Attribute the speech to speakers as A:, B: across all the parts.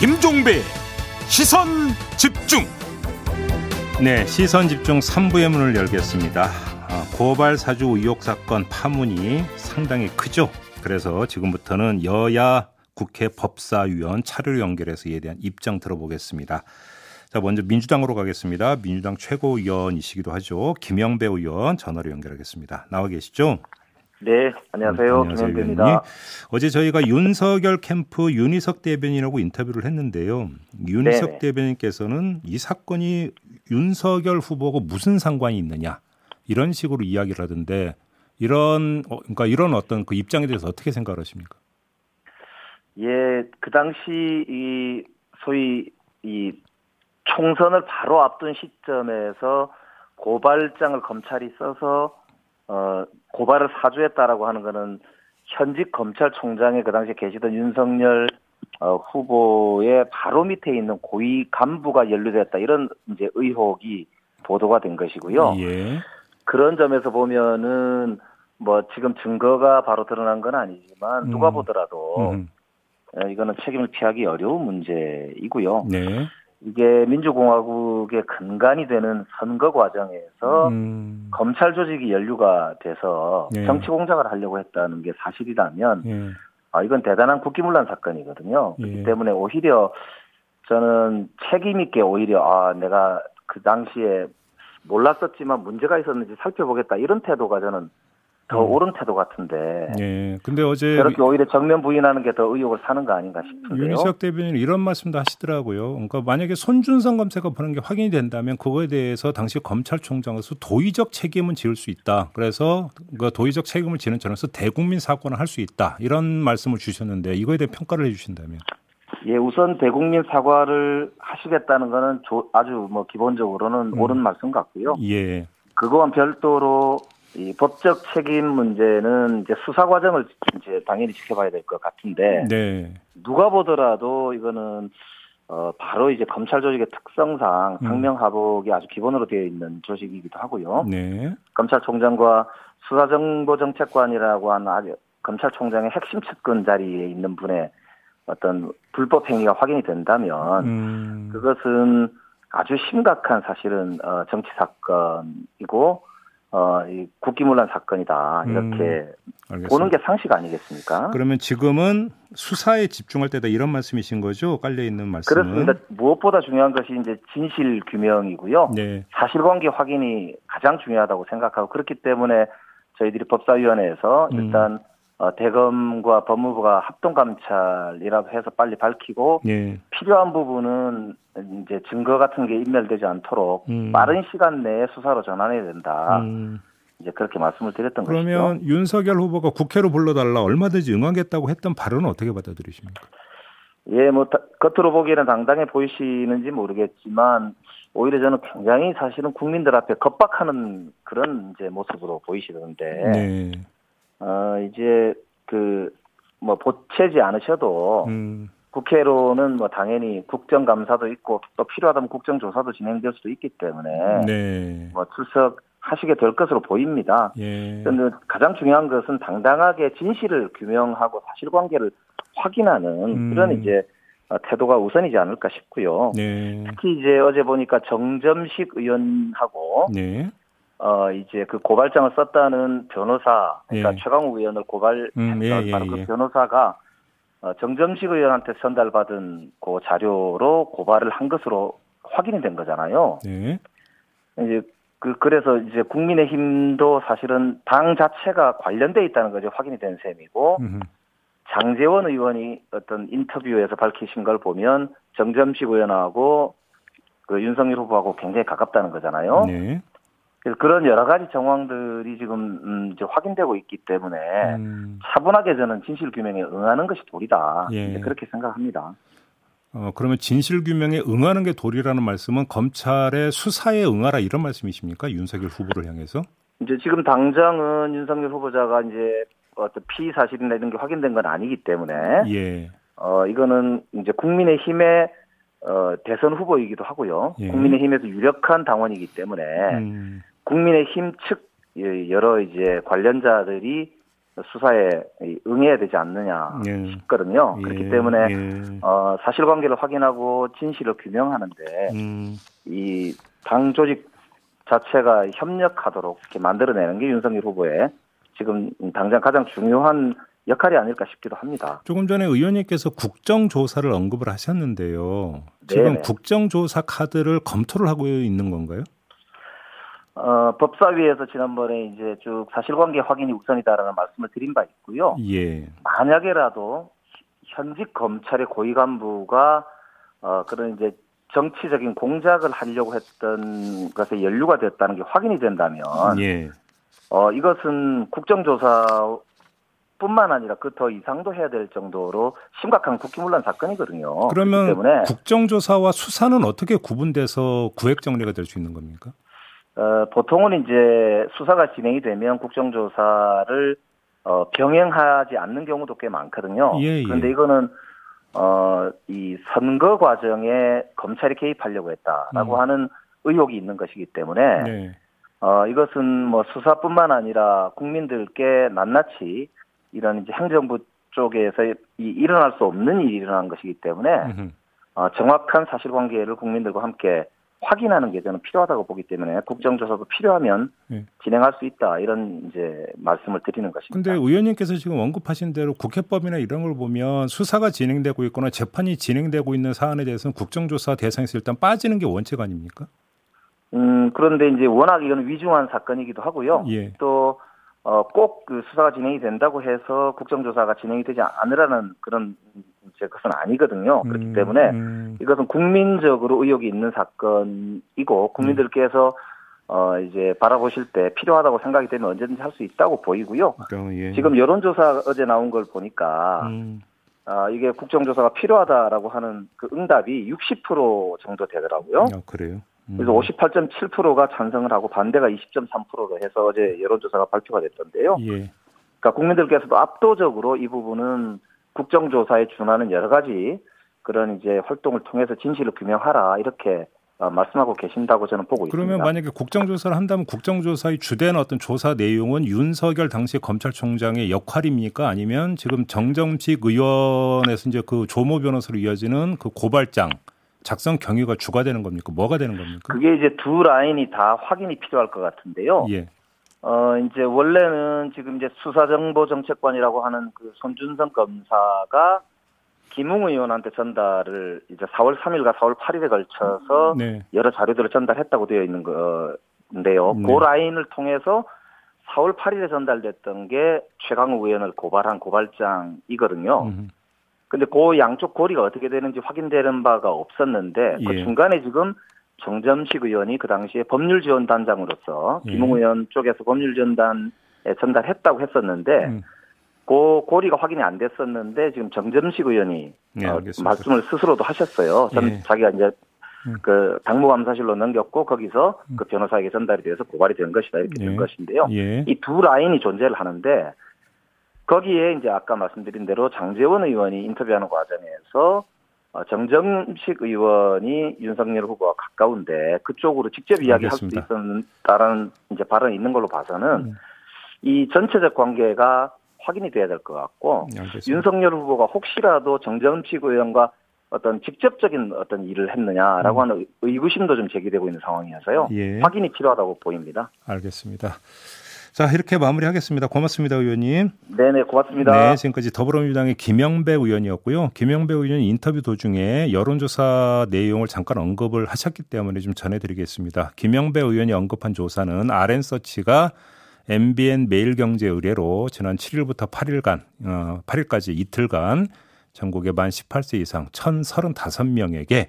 A: 김종배 시선 집중.
B: 네, 시선 집중 3부의 문을 열겠습니다. 아, 고발 사주 의혹 사건 파문이 상당히 크죠. 그래서 지금부터는 여야 국회 법사위원 차례로 연결해서 이에 대한 입장 들어보겠습니다. 자, 먼저 민주당으로 가겠습니다. 민주당 최고위원이시기도 하죠. 김영배 의원 전화로 연결하겠습니다. 나와 계시죠?
C: 네, 안녕하세요. 김현배입니다.
B: 위원님. 어제 저희가 윤석열 캠프 윤희석 대변인하고 인터뷰를 했는데요. 윤희석
C: 네네.
B: 대변인께서는 이 사건이 윤석열 후보하고 무슨 상관이 있느냐 이런 식으로 이야기를 하던데 이런 어, 그러니까 이런 어떤 그 입장에 대해서 어떻게 생각하십니까?
C: 예, 그 당시 이 소위 이 총선을 바로 앞둔 시점에서 고발장을 검찰이 써서 어 고발을 사주했다라고 하는 거는 현직 검찰총장에 그 당시에 계시던 윤석열 어, 후보의 바로 밑에 있는 고위 간부가 연루됐다 이런 이제 의혹이 보도가 된 것이고요.
B: 예.
C: 그런 점에서 보면은 뭐 지금 증거가 바로 드러난 건 아니지만 누가
B: 음.
C: 보더라도
B: 음,
C: 예, 이거는 책임을 피하기 어려운 문제이고요.
B: 네.
C: 이게 민주공화국의 근간이 되는 선거 과정에서
B: 음,
C: 검찰 조직이 연루가 돼서
B: 네.
C: 정치 공작을 하려고 했다는 게 사실이라면
B: 예.
C: 아, 이건 대단한 국기문란 사건이거든요.
B: 예.
C: 그렇기 때문에 오히려 저는 책임 있게 오히려 아 내가 그 당시에 몰랐었지만 문제가 있었는지 살펴보겠다 이런 태도가 저는 더
B: 음.
C: 옳은 태도 같은데
B: 예. 근데 어제
C: 저렇게 오히려 정면 부인하는 게 더 의혹을 사는 거 아닌가 싶은데요.
B: 윤희석 대변인 이런 말씀도 하시더라고요. 그러니까 만약에 손준성 검사가 보낸 게 확인이 된다면 그거에 대해서 당시 검찰총장으로서 도의적 책임은 지을 수 있다. 그래서 그 도의적 책임을 지는 저로서 대국민 사건을 할 수 있다. 이런 말씀을 주셨는데 이거에 대해 평가를 해주신다면.
C: 예, 우선 대국민 사과를 하시겠다는 거는 조- 아주 뭐 기본적으로는
B: 음.
C: 옳은 말씀 같고요.
B: 예,
C: 그거와 별도로 이 법적 책임 문제는 이제 수사 과정을 이제 당연히 지켜봐야 될 것 같은데
B: 네,
C: 누가 보더라도 이거는 어 바로 이제 검찰 조직의 특성상
B: 음.
C: 상명하복이 아주 기본으로 되어 있는 조직이기도 하고요.
B: 네,
C: 검찰총장과 수사정보정책관이라고 하는 아주 검찰총장의 핵심 측근 자리에 있는 분의 어떤 불법 행위가 확인이 된다면
B: 음,
C: 아, 그것은 아주 심각한 사실은 어, 정치 사건이고 어, 이 국기문란 사건이다
B: 음.
C: 이렇게
B: 알겠습니다.
C: 보는 게 상식 아니겠습니까?
B: 그러면 지금은 수사에 집중할 때다 이런 말씀이신 거죠? 깔려 있는 말씀은.
C: 그렇습니다. 무엇보다 중요한 것이 이제 진실 규명이고요.
B: 네,
C: 사실관계 확인이 가장 중요하다고 생각하고 그렇기 때문에 저희들이 법사위원회에서
B: 음.
C: 일단 어, 대검과 법무부가 합동 감찰이라고 해서 빨리 밝히고
B: 예,
C: 필요한 부분은 이제 증거 같은 게 인멸되지 않도록
B: 음.
C: 빠른 시간 내에 수사로 전환해야 된다.
B: 음.
C: 이제 그렇게 말씀을 드렸던 것이죠.
B: 그러면 윤석열 후보가 국회로 불러달라 얼마든지 응하겠다고 했던 발언은 어떻게 받아들이십니까?
C: 예, 뭐 다- 겉으로 보기에는 당당해 보이시는지 모르겠지만 오히려 저는 굉장히 사실은 국민들 앞에 겁박하는 그런 이제 모습으로 보이시던데
B: 네.
C: 어 이제 그 뭐 보채지 않으셔도
B: 음,
C: 국회로는 뭐 당연히 국정감사도 있고 또 필요하다면 국정조사도 진행될 수도 있기 때문에
B: 네.
C: 뭐 출석하시게 될 것으로 보입니다.
B: 예.
C: 그런데 가장 중요한 것은 당당하게 진실을 규명하고 사실관계를 확인하는
B: 음.
C: 그런 이제 어, 태도가 우선이지 않을까 싶고요.
B: 네.
C: 특히 이제 어제 보니까 정점식 의원하고
B: 네.
C: 어 이제 그 고발장을 썼다는 변호사 그러니까
B: 예.
C: 최강욱 의원을 고발했던
B: 음, 예, 예,
C: 바로 그
B: 예.
C: 변호사가 어, 정점식 의원한테 전달받은 그 자료로 고발을 한 것으로 확인이 된 거잖아요.
B: 네.
C: 이제 그 그래서 이제 국민의힘도 사실은 당 자체가 관련돼 있다는 거죠 확인이 된 셈이고
B: 음,
C: 장재원 의원이 어떤 인터뷰에서 밝히신 걸 보면 정점식 의원하고 그 윤석열 후보하고 굉장히 가깝다는 거잖아요.
B: 네.
C: 그래서 그런 여러 가지 정황들이 지금 음, 이제 확인되고 있기 때문에
B: 음,
C: 차분하게 저는 진실 규명에 응하는 것이 도리다
B: 예.
C: 이제 그렇게 생각합니다.
B: 어, 그러면 진실 규명에 응하는 게 도리라는 말씀은 검찰의 수사에 응하라 이런 말씀이십니까? 윤석열 후보를 향해서?
C: 이제 지금 당장은 윤석열 후보자가 이제 어떤 피의 사실이나 이런 게 확인된 건 아니기 때문에
B: 예.
C: 어, 이거는 이제 국민의힘의 어, 대선 후보이기도 하고요.
B: 예.
C: 국민의힘에서 유력한 당원이기 때문에
B: 음,
C: 국민의힘 측 예, 여러 이제 관련자들이 수사에 이 응해야 되지 않느냐
B: 예.
C: 싶거든요.
B: 예,
C: 어, 그렇기 때문에
B: 예.
C: 어, 사실관계를 확인하고 진실을 규명하는데
B: 음,
C: 이 당 조직 자체가 협력하도록 이렇게 만들어내는 게 윤석열 후보의 지금 당장 가장 중요한 역할이 아닐까 싶기도 합니다.
B: 조금 전에 의원님께서 국정조사를 언급을 하셨는데요. 지금
C: 네네.
B: 국정조사 카드를 검토를 하고 있는 건가요?
C: 어, 법사위에서 지난번에 이제 쭉 사실관계 확인이 우선이다라는 말씀을 드린 바 있고요.
B: 예.
C: 만약에라도 현직 검찰의 고위 간부가 어, 그런 이제 정치적인 공작을 하려고 했던 것에 연루가 됐다는 게 확인이 된다면
B: 예.
C: 어, 이것은 국정조사뿐만 아니라 그 더 이상도 해야 될 정도로 심각한 국기문란 사건이거든요.
B: 그러면
C: 그렇기 때문에
B: 국정조사와 수사는 어떻게 구분돼서 구획 정리가 될 수 있는 겁니까?
C: 어, 보통은 이제 수사가 진행이 되면 국정조사를 어, 병행하지 않는 경우도 꽤 많거든요.
B: 예, 예.
C: 그런데 이거는 어, 이 선거 과정에 검찰이 개입하려고 했다라고
B: 음.
C: 하는 의혹이 있는 것이기 때문에
B: 네.
C: 어, 이것은 뭐 수사뿐만 아니라 국민들께 낱낱이 이런 이제 행정부 쪽에서 이 일어날 수 없는 일이 일어난 것이기 때문에
B: 음흠.
C: 어, 정확한 사실관계를 국민들과 함께 확인하는 게 저는 필요하다고 보기 때문에 국정조사도 필요하면
B: 예.
C: 진행할 수 있다 이런 이제 말씀을 드리는
B: 근데
C: 것입니다.
B: 의원님께서 지금 언급하신 대로 국회법이나 이런 걸 보면 수사가 진행되고 있거나 재판이 진행되고 있는 사안에 대해서는 국정조사 대상에서 일단 빠지는 게 원칙 아닙니까?
C: 음, 그런데 이제 워낙 이건 위중한 사건이기도 하고요.
B: 예.
C: 또 어, 꼭그 수사가 진행이 된다고 해서 국정조사가 진행이 되지 않으라는 그런 이제 것은 아니거든요. 그렇기
B: 음,
C: 때문에
B: 음,
C: 이것은 국민적으로 의혹이 있는 사건이고
B: 음.
C: 국민들께서 어 이제 바라보실 때 필요하다고 생각이 되면 언제든지 할 수 있다고 보이고요.
B: 그러니까, 예.
C: 지금 여론조사 어제 나온 걸 보니까
B: 음,
C: 아, 이게 국정조사가 필요하다라고 하는 그 응답이 60% 정도 되더라고요.
B: 아, 그래요. 음.
C: 어? 그래서 58.7%가 찬성을 하고 반대가 20.3%로 해서 어제 여론조사가 발표가 됐던데요.
B: 예.
C: 그러니까 국민들께서도 압도적으로 이 부분은 국정조사에 준하는 여러 가지 그런 이제 활동을 통해서 진실을 규명하라 이렇게 어, 말씀하고 계신다고 저는 보고
B: 그러면
C: 있습니다.
B: 만약에 국정조사를 한다면 국정조사의 주된 어떤 조사 내용은 윤석열 당시 검찰총장의 역할입니까? 아니면 지금 정정식 의원에서 이제 그 조모 변호사로 이어지는 그 고발장 작성 경위가 주가 되는 겁니까? 뭐가 되는 겁니까?
C: 그게 이제 두 라인이 다 확인이 필요할 것 같은데요.
B: 예.
C: 어 이제 원래는 지금 이제 수사정보정책관이라고 하는 그 손준성 검사가 김웅 의원한테 전달을 이제 4월 3일과 4월 8일에 걸쳐서
B: 네.
C: 여러 자료들을 전달했다고 되어 있는 건데요.
B: 네.
C: 그 라인을 통해서 4월 8일에 전달됐던 게 최강욱 의원을 고발한 고발장이거든요.
B: 음,
C: 근데 그 양쪽 고리가 어떻게 되는지 확인되는 바가 없었는데 그
B: 예.
C: 중간에 지금 정점식 의원이 그 당시에 법률지원단장으로서
B: 예.
C: 김웅 의원 쪽에서 법률지원단에 전달했다고 했었는데
B: 음.
C: 그 고리가 확인이 안 됐었는데 지금 정점식 의원이
B: 네,
C: 어,
B: 알겠습니다.
C: 말씀을 스스로도 하셨어요. 전
B: 예.
C: 자기가 이제
B: 음.
C: 그 당무감사실로 넘겼고 거기서 그 변호사에게 전달이 돼서 고발이 된 것이다 이렇게
B: 예.
C: 된 것인데요.
B: 예.
C: 이 두 라인이 존재를 하는데 거기에 이제 아까 말씀드린 대로 장재원 의원이 인터뷰하는 과정에서 어, 정정식 의원이 윤석열 후보와 가까운데 그쪽으로 직접 이야기할 수
B: 알겠습니다. 네.
C: 있었다라는 이제 발언이 있는 걸로 봐서는 이 전체적 관계가 확인이 돼야 될 것 같고
B: 네, 알겠습니다.
C: 윤석열 후보가 혹시라도 정정식 의원과 어떤 직접적인 어떤 일을 했느냐라고 하는 의구심도 좀 제기되고 있는 상황이어서요.
B: 음. 예.
C: 확인이 필요하다고 보입니다.
B: 알겠습니다. 자, 이렇게 마무리하겠습니다. 고맙습니다, 의원님.
C: 네네, 고맙습니다.
B: 네, 지금까지 더불어민주당의 김영배 의원이었고요. 김영배 의원 인터뷰 도중에 여론조사 내용을 잠깐 언급을 하셨기 때문에 좀 전해드리겠습니다. 김영배 의원이 언급한 조사는 RN서치가 MBN 매일경제 의뢰로 지난 7일부터 8일간, 어, 8일까지 이틀간 전국의 만 18세 이상 1,035명에게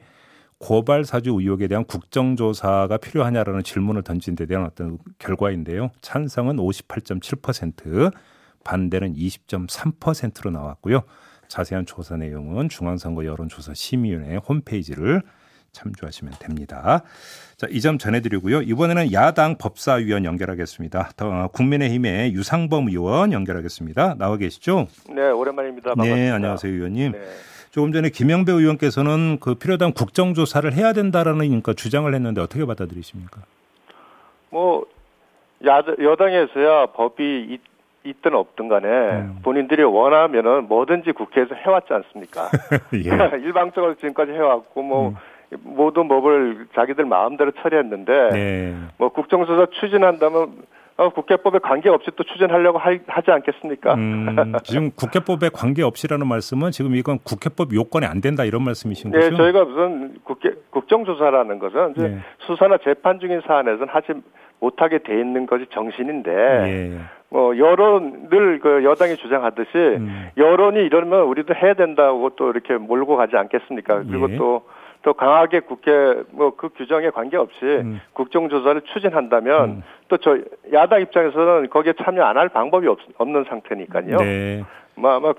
B: 고발 사주 의혹에 대한 국정조사가 필요하냐라는 질문을 던진 데 대한 어떤 결과인데요. 찬성은 58.7%, 반대는 20.3%로 나왔고요. 자세한 조사 내용은 중앙선거 여론조사 심의위원회 홈페이지를 참조하시면 됩니다. 자, 이 점 전해드리고요. 이번에는 야당 법사위원 연결하겠습니다. 더, 어, 국민의힘의 유상범 의원 연결하겠습니다. 나와 계시죠?
D: 네, 오랜만입니다. 반갑습니다.
B: 네, 안녕하세요, 의원님.
D: 네.
B: 조금 전에 김영배 의원께서는 그 필요하다면 국정조사를 해야 된다라는 그러니까 주장을 했는데 어떻게 받아들이십니까?
D: 뭐 야, 여당에서야 법이 이, 있든 없든 간에
B: 네.
D: 본인들이 원하면은 뭐든지 국회에서 해왔지 않습니까?
B: 예. 음.
D: 일방적으로 지금까지 해왔고 뭐 모든 법을 자기들 마음대로 처리했는데
B: 네.
D: 뭐 국정조사 추진한다면 어, 국회법에 관계없이 또 추진하려고 할- 하지 않겠습니까?
B: 음, 지금 국회법에 관계없이라는 말씀은 지금 이건 국회법 요건이 안 된다 이런 말씀이신
D: 네,
B: 거죠?
D: 저희가 무슨 국회, 국정조사라는 것은 이제
B: 그렇죠. 네.
D: 수사나 재판 중인 사안에서는 하지 못하게 돼 있는 것이 정신인데
B: 예.
D: 뭐 여론 늘 그 여당이 주장하듯이 네.
B: 음.
D: 여론이 이러면 우리도 해야 된다고 또 이렇게 몰고 가지 않겠습니까? 그리고
B: 예.
D: 또 또 강하게 국회 뭐 그 규정에 관계없이
B: 음.
D: 국정조사를 추진한다면 또 저 야당 입장에서는 거기에 참여 안 할 방법이 없, 없는 상태니까요.
B: 네.
D: 뭐 아마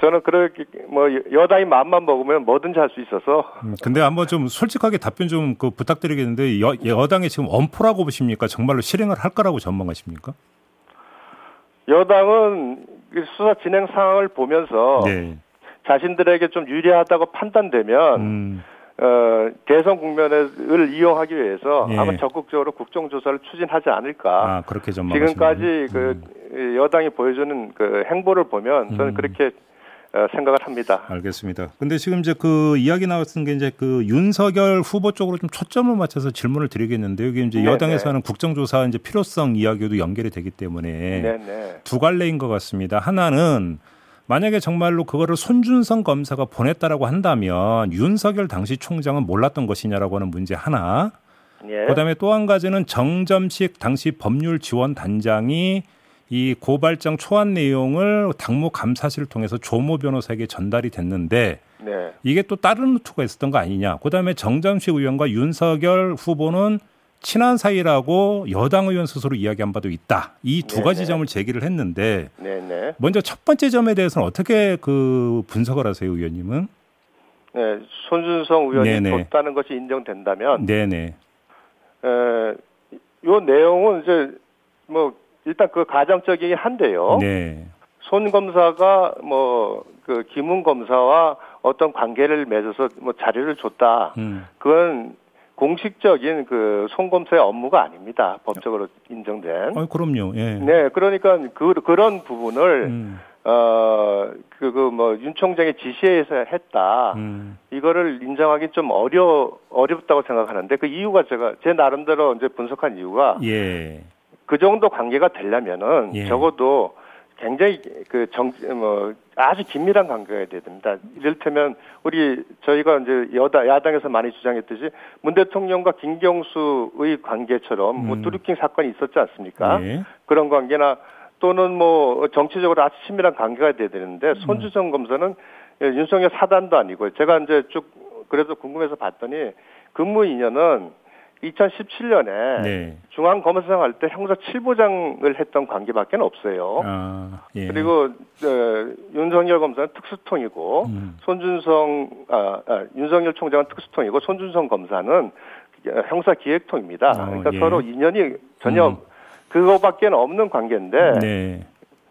D: 저는 그렇게 뭐 여당이 마음만 먹으면 뭐든지 할 수 있어서
B: 음, 근데 한번 좀 솔직하게 답변 좀 그 부탁드리겠는데 여, 여당이 지금 엄포라고 보십니까? 정말로 실행을 할 거라고 전망하십니까?
D: 여당은 이 수사 진행 상황을 보면서
B: 네.
D: 자신들에게 좀 유리하다고 판단되면
B: 음,
D: 어, 대선 국면을 이용하기 위해서
B: 예.
D: 아마 적극적으로 국정조사를 추진하지 않을까.
B: 아, 그렇게 음. 전망하시는
D: 지금까지 그 이 여당이 보여주는 그 행보를 보면
B: 음.
D: 저는 그렇게 어, 생각을 합니다.
B: 알겠습니다. 근데 지금 이제 그 이야기 나왔던 게 이제 그 윤석열 후보 쪽으로 좀 초점을 맞춰서 질문을 드리겠는데 여기 이제
D: 네네.
B: 여당에서 하는 국정조사 이제 필요성 이야기도 연결이 되기 때문에
D: 네, 네.
B: 두 갈래인 것 같습니다. 하나는 만약에 정말로 그거를 손준성 검사가 보냈다라고 한다면 윤석열 당시 총장은 몰랐던 것이냐라고 하는 문제 하나.
D: 예.
B: 그다음에 또 한 가지는 정점식 당시 법률 지원 단장이 이 고발장 초안 내용을 당무 감사실을 통해서 조모 변호사에게 전달이 됐는데
D: 네.
B: 이게 또 다른 루트가 있었던 거 아니냐. 그다음에 정점식 의원과 윤석열 후보는 친한 사이라고 여당 의원 스스로 이야기한 바도 있다. 이 두
D: 네네.
B: 가지 점을 제기를 했는데
D: 네, 네.
B: 먼저 첫 번째 점에 대해서는 어떻게 그 분석을 하세요, 의원님은?
D: 네, 손준성 의원이
B: 네네.
D: 돕다는 것이 인정된다면,
B: 네네.
D: 에, 요 내용은 이제 뭐 일단 그 가정적이긴 한데요.
B: 네.
D: 손 검사가 뭐 그 김훈 검사와 어떤 관계를 맺어서 뭐 자료를 줬다.
B: 음.
D: 그건 공식적인 그 손 검사의 업무가 아닙니다. 법적으로 인정된.
B: 아, 그럼요. 예.
D: 음? 네, 그러니까 그 그런 부분을 어,
B: 음.
D: 어그그뭐윤 총장의 지시에서 했다.
B: 음.
D: 이거를 인정하기 좀 어려 어렵다고 생각하는데 그 이유가 제가 제 나름대로 이제 분석한 이유가
B: 예.
D: 그 정도 관계가 되려면은
B: 예.
D: 적어도 굉장히 그 정, 뭐, 아주 긴밀한 관계가 돼야 됩니다. 이를테면, 우리, 저희가 이제 여다, 야당에서 많이 주장했듯이 문 대통령과 김경수의 관계처럼 뭐
B: 음.
D: 뚜루킹 사건이 있었지 않습니까?
B: 예.
D: 그런 관계나 또는 뭐 정치적으로 아주 친밀한 관계가 돼야
B: 음.
D: 되는데 손주성 검사는 예, 윤석열 사단도 아니고 제가 이제 쭉 그래서 궁금해서 봤더니 근무 인연은 2017년에
B: 네.
D: 중앙검사장 할 때 형사 7부장을 했던 관계밖에 없어요.
B: 아, 예.
D: 그리고 어, 윤석열 검사는 특수통이고
B: 음.
D: 손준성 아, 아, 윤석열 총장은 특수통이고 손준성 검사는 형사 기획통입니다.
B: 어,
D: 그러니까
B: 예.
D: 서로 인연이 전혀
B: 음.
D: 그거밖에 없는 관계인데
B: 네.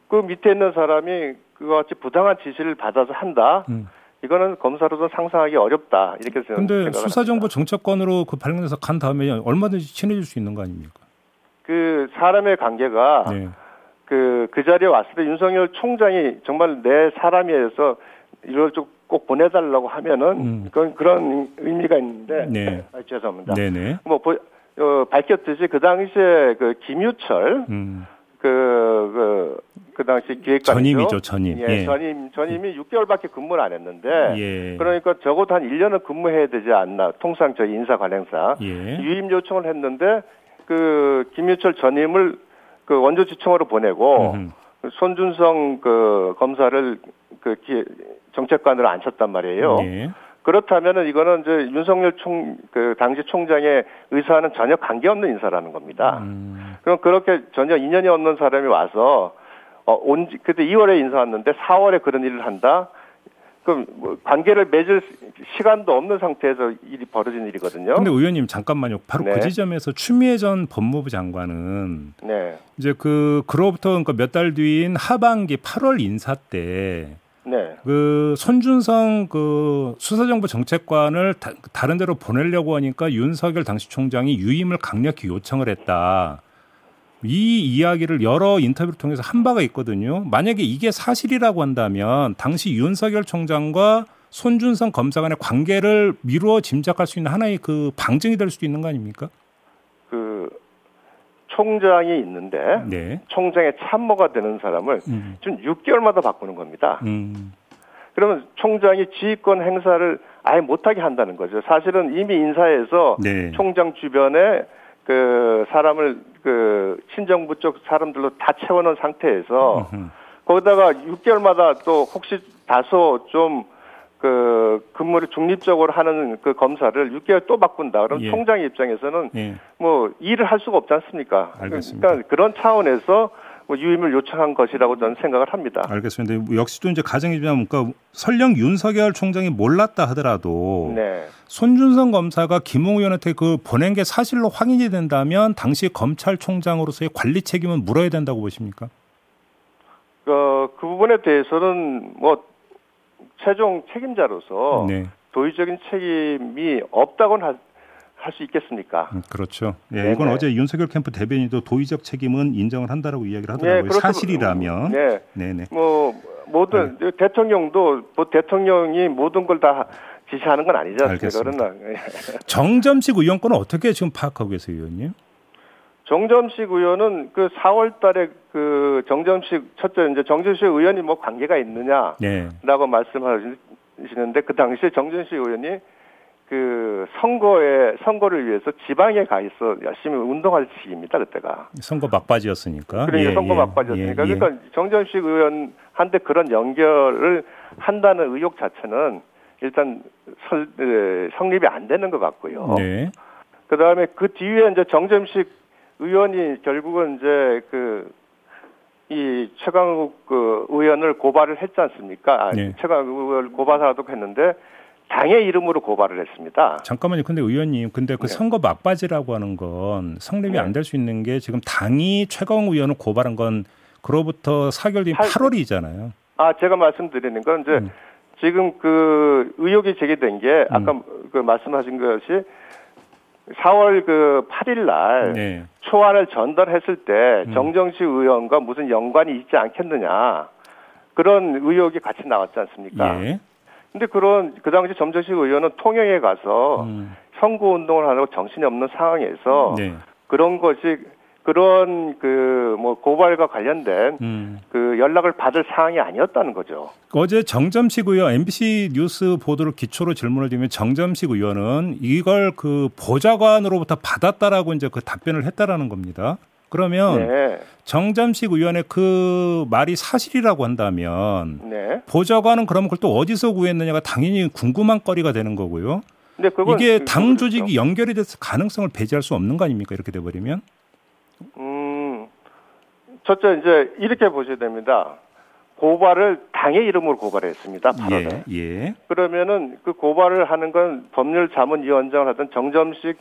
D: 그 밑에 있는 사람이 그와 같이 부당한 지시를 받아서 한다.
B: 음.
D: 이거는 검사로서 상상하기 어렵다. 이렇게 저는
B: 근데
D: 생각을
B: 수사 정보
D: 합니다.
B: 정책관으로 그 발령해서 간 다음에 얼마든지 친해질 수 있는 거 아닙니까?
D: 그 사람의 관계가
B: 네.
D: 그, 그 자리에 왔을 때 윤석열 총장이 정말 내 사람이어서 이걸 좀 꼭 보내달라고 하면은
B: 음.
D: 그건 그런 의미가 있는데
B: 네.
D: 아, 죄송합니다.
B: 네네.
D: 뭐 보, 어, 밝혔듯이 그 당시에 그 김유철 그,
B: 음.
D: 그그그 당시 기획관
B: 전임이죠, 전임.
D: 예,
B: 예.
D: 전임 전임이 6개월밖에 근무를 안 했는데
B: 예.
D: 그러니까 적어도 한 1년은 근무해야 되지 않나 통상 저희 인사 관행상
B: 예.
D: 유임 요청을 했는데 그 김유철 전임을 그 원조 지청으로 보내고
B: 음.
D: 손준성 그 검사를 그 기- 정책관으로 앉혔단 말이에요.
B: 예.
D: 그렇다면은 이거는 이제 윤석열 총 그 당시 총장의 의사와는 전혀 관계없는 인사라는 겁니다.
B: 음.
D: 그럼 그렇게 전혀 인연이 없는 사람이 와서 어, 온 지- 그때 2월에 인사 왔는데 4월에 그런 일을 한다. 그럼 뭐 관계를 맺을 시- 시간도 없는 상태에서 일이 벌어진 일이거든요.
B: 근데 의원님 잠깐만요. 바로
D: 네.
B: 그 지점에서 추미애 전 법무부 장관은
D: 네,
B: 이제 그 그로부터 그러니까 몇 달 뒤인 하반기 8월 인사 때
D: 네,
B: 그 손준성 그 수사정보 정책관을 다, 다른 데로 보내려고 하니까 윤석열 당시 총장이 유임을 강력히 요청을 했다. 이 이야기를 여러 인터뷰를 통해서 한 바가 있거든요. 만약에 이게 사실이라고 한다면 당시 윤석열 총장과 손준성 검사 간의 관계를 미루어 짐작할 수 있는 하나의 그 방증이 될 수도 있는 거 아닙니까?
D: 그 총장이 있는데
B: 네.
D: 총장의 참모가 되는 사람을
B: 음.
D: 지금 6개월마다 바꾸는 겁니다.
B: 음.
D: 그러면 총장이 지휘권 행사를 아예 못하게 한다는 거죠. 사실은 이미 인사에서
B: 네.
D: 총장 주변에 그 사람을 그 친정부 쪽 사람들로 다 채워놓은 상태에서
B: 음흠.
D: 거기다가 6개월마다 또 혹시 다소 좀 그 근무를 중립적으로 하는 그 검사를 6개월 또 바꾼다. 그럼
B: 예.
D: 총장 입장에서는
B: 예.
D: 뭐 일을 할 수가 없지 않습니까?
B: 알겠습니다.
D: 그러니까 그런 차원에서 뭐 유임을 요청한 것이라고 저는 생각을 합니다.
B: 알겠습니다. 근데 역시 또 이제 가정이지만 그러니까 설령 윤석열 총장이 몰랐다 하더라도
D: 네.
B: 손준성 검사가 김웅 의원한테 그 보낸 게 사실로 확인이 된다면 당시 검찰총장으로서의 관리 책임은 물어야 된다고 보십니까?
D: 어, 그 부분에 대해서는 뭐 최종 책임자로서
B: 네,
D: 도의적인 책임이 없다고는 할 수 있겠습니까?
B: 음, 그렇죠. 예,
D: 네네.
B: 이건 어제 윤석열 캠프 대변인도 도의적 책임은 인정을 한다라고 이야기를 하더라고요.
D: 그렇죠.
B: 사실이라면.
D: 네.
B: 네, 네.
D: 뭐 모든 대통령도 뭐 대통령이 모든 걸 다 지시하는 건 아니지 않습니까?
B: 알겠습니다.
D: 그러나 네.
B: 정점식 의원권은 어떻게 지금 파악하고 계세요, 의원님?
D: 정점식 의원은 그 4월 달에 그 정점식 첫째 이제 정점식 의원이 뭐 관계가 있느냐
B: 네.
D: 라고 말씀하시는데 그 당시에 정준식 의원이 그 선거에 선거를 위해서 지방에 가 있어 열심히 운동할 시기입니다 그때가
B: 선거 막바지였으니까.
D: 그러니까
B: 예,
D: 선거
B: 예,
D: 막바지였으니까
B: 예, 예.
D: 그러니까 정준식 의원한테 그런 연결을 한다는 의혹 자체는 일단 설, 에, 성립이 안 되는 것 같고요.
B: 네.
D: 그 다음에 그 뒤에 이제 정점식 의원이 결국은 이제 그, 이 최강욱 그 의원을 고발을 했지 않습니까? 아,
B: 네.
D: 최강욱 의원을 고발하도록 했는데 당의 이름으로 고발을 했습니다.
B: 잠깐만요. 근데 의원님, 근데 그
D: 네.
B: 선거 막바지라고 하는 건 성립이
D: 네.
B: 안 될 수 있는 게 지금 당이 최강 의원을 고발한 건 그로부터 사개월 뒤인
D: 팔-
B: 8월이잖아요.
D: 아, 제가 말씀드리는 건 이제
B: 음.
D: 지금 그 의혹이 제기된 게 아까 그 말씀하신 것이 4월 그 8일 날
B: 네.
D: 초안을 전달했을 때
B: 음.
D: 정정식 의원과 무슨 연관이 있지 않겠느냐 그런 의혹이 같이 나왔지 않습니까?
B: 예.
D: 근데 그런 그 당시 정정식 의원은 통영에 가서
B: 음.
D: 선거 운동을 하느라고 정신이 없는 상황에서
B: 네.
D: 그런 것이 그런 그 뭐 고발과 관련된
B: 음.
D: 그 연락을 받을 상황이 아니었다는 거죠.
B: 어제 정점식 의원 MBC 뉴스 보도를 기초로 질문을 드리면 정점식 의원은 이걸 그 보좌관으로부터 받았다라고 이제 그 답변을 했다라는 겁니다. 그러면
D: 네,
B: 정점식 의원의 그 말이 사실이라고 한다면
D: 네.
B: 보좌관은 그럼 그걸 또 어디서 구했느냐가 당연히 궁금한 거리가 되는 거고요.
D: 근데 그건
B: 이게
D: 그-
B: 당
D: 그렇죠.
B: 조직이 연결이 돼서 가능성을 배제할 수 없는 거 아닙니까? 이렇게 돼버리면
D: 음, 첫째 이제 이렇게 보셔야 됩니다. 고발을 당의 이름으로 고발했습니다. 8월에.
B: 예, 예,
D: 그러면은 그 고발을 하는 건 법률 자문위원장을 하던 정점식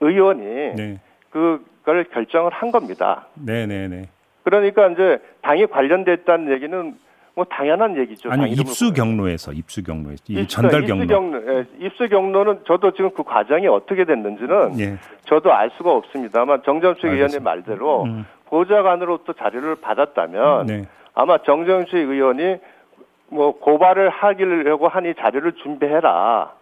D: 의원이
B: 네,
D: 그걸 결정을 한 겁니다.
B: 네, 네, 네.
D: 그러니까 이제 당이 관련됐다는 얘기는 뭐 당연한 얘기죠. 당
B: 아니
D: 이름을
B: 입수
D: 보면.
B: 경로에서 입수 경로에서 이
D: 입수-
B: 전달
D: 입수
B: 경로.
D: 경로, 예, 입수 경로는 저도 지금 그 과정이 어떻게 됐는지는
B: 예,
D: 저도 알 수가 없습니다만 정점식 의원의
B: 알겠습니다.
D: 말대로
B: 음.
D: 보좌관으로부터 자료를 받았다면
B: 네,
D: 아마 정정식 의원이 뭐 고발을 하려고 하니 자료를 준비해라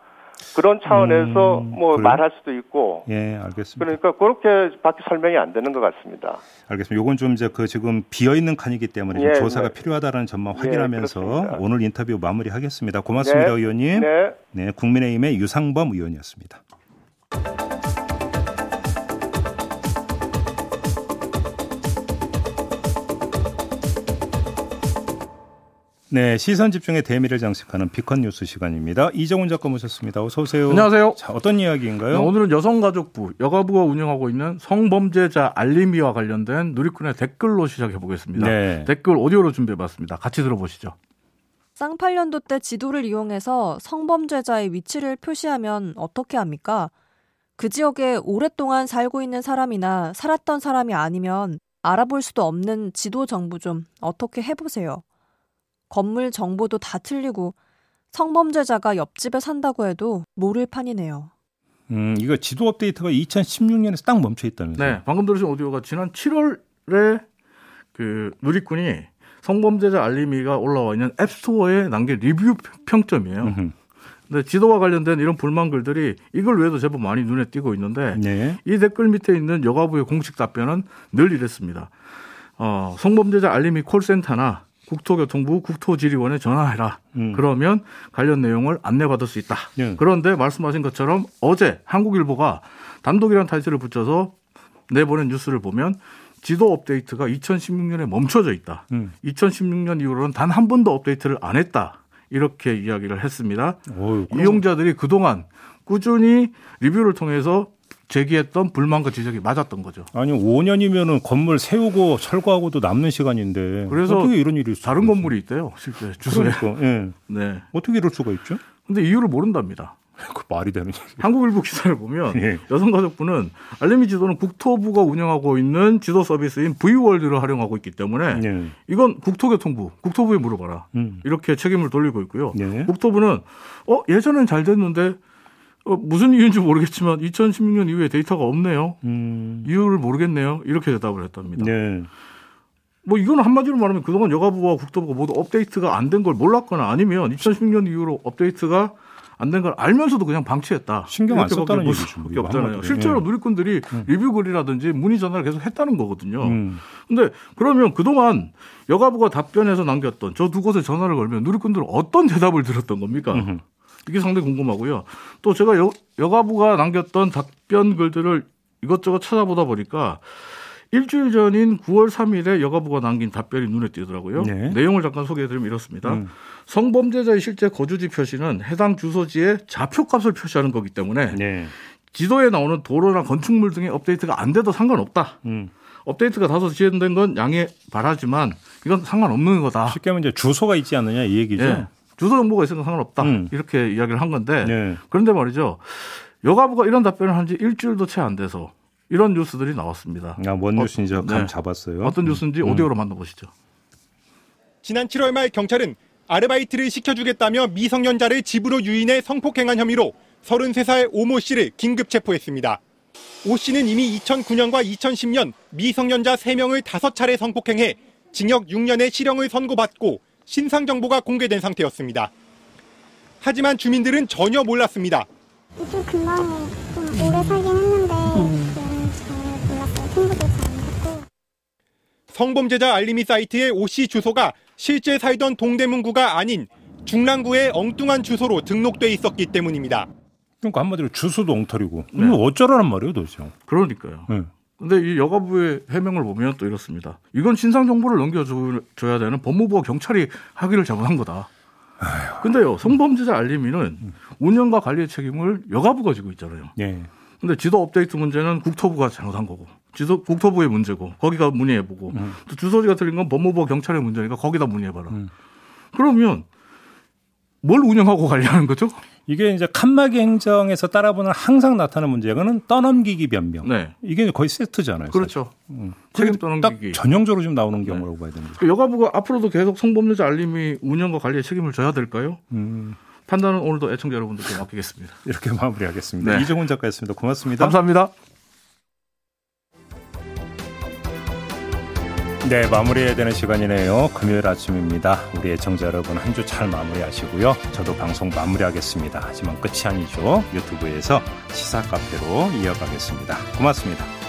D: 그런 차원에서
B: 음,
D: 뭐
B: 그래요?
D: 말할 수도 있고
B: 예, 알겠습니다.
D: 그러니까 그렇게밖에 설명이 안 되는 것 같습니다.
B: 알겠습니다. 요건 좀 이제 그 지금 비어 있는 칸이기 때문에 좀
D: 예,
B: 조사가
D: 네.
B: 필요하다는 점만
D: 예,
B: 확인하면서
D: 그렇습니다.
B: 오늘 인터뷰 마무리하겠습니다. 고맙습니다,
D: 네.
B: 의원님.
D: 네.
B: 네, 국민의힘의 유상범 의원이었습니다. 네, 시선 집중의 대미를 장식하는 비컨 뉴스 시간입니다. 이정훈 작가 모셨습니다. 어서 오세요.
E: 안녕하세요.
B: 자, 어떤
E: 네,
B: 이야기인가요?
E: 오늘은 여성가족부 여가부가 운영하고 있는 성범죄자 알림이와 관련된 누리꾼의 댓글로 시작해 보겠습니다.
B: 네.
E: 댓글 오디오로 준비해 봤습니다. 같이 들어보시죠.
F: 쌍팔년도 때 지도를 이용해서 성범죄자의 위치를 표시하면 어떻게 합니까? 그 지역에 오랫동안 살고 있는 사람이나 살았던 사람이 아니면 알아볼 수도 없는 지도 정보 좀 어떻게 해보세요. 건물 정보도 다 틀리고 성범죄자가 옆집에 산다고 해도 모를 판이네요.
B: 음, 이거 지도 업데이트가 2016년에서 딱 멈춰 있다면서요.
E: 네, 방금 들으신 오디오가 지난 7월 그 누리꾼이 성범죄자 알림이가 올라와 있는 앱스토어에 남긴 리뷰 평점이에요.
B: 음흠.
E: 근데 지도와 관련된 이런 불만 글들이 이걸 외에도 제법 많이 눈에 띄고 있는데
B: 네.
E: 이 댓글 밑에 있는 여가부의 공식 답변은 늘 이랬습니다. 어, 성범죄자 알림이 콜센터나 국토교통부 국토지리원에 전화해라.
B: 음.
E: 그러면 관련 내용을 안내받을 수 있다.
B: 네.
E: 그런데 말씀하신 것처럼 어제 한국일보가 단독이라는 타이틀을 붙여서 내보낸 뉴스를 보면 지도 업데이트가 2016년에 멈춰져 있다.
B: 음.
E: 2016년 이후로는 단 한 번도 업데이트를 안 했다. 이렇게 이야기를 했습니다.
B: 어유
E: 이용자들이 그동안 꾸준히 리뷰를 통해서 제기했던 불만과 지적이 맞았던 거죠.
B: 아니 5년이면은 건물 세우고 철거하고도 남는 시간인데
E: 그래서
B: 어떻게 이런 일이 있을
E: 다른
B: 수가
E: 건물이 있대요. 실제
B: 있어요?
E: 주소에.
B: 그러니까, 예.
E: 네.
B: 어떻게 이럴 수가 있죠?
E: 근데 이유를 모른답니다.
B: 그 말이 되는 얘기.
E: 한국일보 기사를 보면
B: 예.
E: 여성가족부는 알림이 지도는 국토부가 운영하고 있는 지도 서비스인 V월드를 활용하고 있기 때문에
B: 예.
E: 이건 국토교통부, 국토부에 물어봐라.
B: 음.
E: 이렇게 책임을 돌리고 있고요.
B: 예.
E: 국토부는 어 예전엔 잘 됐는데 어, 무슨 이유인지 모르겠지만 2016년 이후에 데이터가 없네요.
B: 음.
E: 이유를 모르겠네요. 이렇게 대답을 했답니다.
B: 네.
E: 뭐 이건 한마디로 말하면 그동안 여가부와 국토부가 모두 업데이트가 안 된 걸 몰랐거나 아니면 2016년 이후로 업데이트가 안 된 걸 알면서도 그냥 방치했다.
B: 신경 안
E: 이렇게밖에
B: 썼다는
E: 볼
B: 얘기죠,
E: 수밖에
B: 우리가
E: 없잖아요.
B: 한마디로.
E: 실제로
B: 예.
E: 누리꾼들이 리뷰 글이라든지 문의 전화를 계속 했다는 거거든요.
B: 음.
E: 근데 그러면 그동안 여가부가 답변해서 남겼던 저 두 곳에 전화를 걸면 누리꾼들은 어떤 대답을 들었던 겁니까?
B: 음흠.
E: 이게 상당히 궁금하고요. 또 제가 여, 여가부가 남겼던 답변 글들을 이것저것 찾아보다 보니까 일주일 전인 9월 3일에 여가부가 남긴 답변이 눈에 띄더라고요.
B: 네.
E: 내용을 잠깐 소개해드리면 이렇습니다.
B: 음.
E: 성범죄자의 실제 거주지 표시는 해당 주소지의 좌표값을 표시하는 거기 때문에
B: 네.
E: 지도에 나오는 도로나 건축물 등의 업데이트가 안 돼도 상관없다.
B: 음.
E: 업데이트가 다소 지연된 건 양해 바라지만 이건 상관없는 거다.
B: 아. 쉽게 하면 이제 주소가 있지 않느냐 이 얘기죠.
E: 예. 주소 정보가 있으면 상관없다.
B: 음.
E: 이렇게 이야기를 한 건데
B: 네.
E: 그런데 말이죠. 여가부가 이런 답변을 한 지 일주일도 채 안 돼서 이런 뉴스들이 나왔습니다.
B: 아, 뭔
E: 어,
B: 뉴스인지 감
E: 네.
B: 잡았어요. 음.
E: 어떤 뉴스인지 오디오로 만나보시죠.
G: 지난 7월 말 경찰은 아르바이트를 시켜주겠다며 미성년자를 집으로 유인해 성폭행한 혐의로 33살 오모 씨를 긴급 체포했습니다. 오 씨는 이미 2009년과 2010년 미성년자 3명을 5차례 성폭행해 징역 6년의 실형을 선고받고 신상 정보가 공개된 상태였습니다. 하지만 주민들은 전혀 몰랐습니다.
H: 좀 금방 좀 오래 살긴 했는데 그때는 잘 몰랐어요. 친구도 잘 못했고.
G: 성범죄자 알림이 사이트의 오씨 주소가 실제 살던 동대문구가 아닌 중랑구의 엉뚱한 주소로 등록돼 있었기 때문입니다.
B: 그러니까 한마디로 주소도 엉터리고. 이거 어쩌라는 말이에요, 도대체.
E: 그러니까요.
B: 네.
E: 근데 이 여가부의 해명을 보면 또 이렇습니다. 이건 신상 정보를 넘겨줘야 되는 법무부와 경찰이 하기를 잘못한 거다. 근데요, 성범죄자 알림이는 운영과 관리의 책임을 여가부가 지고 있잖아요.
B: 예.
E: 근데 지도 업데이트 문제는 국토부가 잘못한 거고, 지도 국토부의 문제고, 거기가 문의해보고, 또 주소지가 틀린 건 법무부와 경찰의 문제니까 거기다 문의해봐라. 그러면 뭘 운영하고 관리하는 거죠?
B: 이게 이제 칸막이 행정에서 따라보는 항상 나타나는 문제가는 떠넘기기 변명.
E: 네.
B: 이게 거의 세트잖아요.
E: 그렇죠. 책임
B: 딱
E: 떠넘기기.
B: 전형적으로 좀 나오는 경우라고 봐야 되는 거죠.
E: 그 여가부가 앞으로도 계속 성범죄자 알림이 운영과 관리에 책임을 져야 될까요?
B: 음,
E: 판단은 오늘도 애청자 여러분들께 맡기겠습니다.
B: 이렇게 마무리하겠습니다.
E: 네.
B: 이종훈 작가였습니다. 고맙습니다.
E: 감사합니다.
B: 네, 마무리해야 되는 시간이네요. 금요일 아침입니다. 우리 애청자 여러분 한 주 잘 마무리하시고요. 저도 방송 마무리하겠습니다. 하지만 끝이 아니죠. 유튜브에서 시사 카페로 이어가겠습니다. 고맙습니다.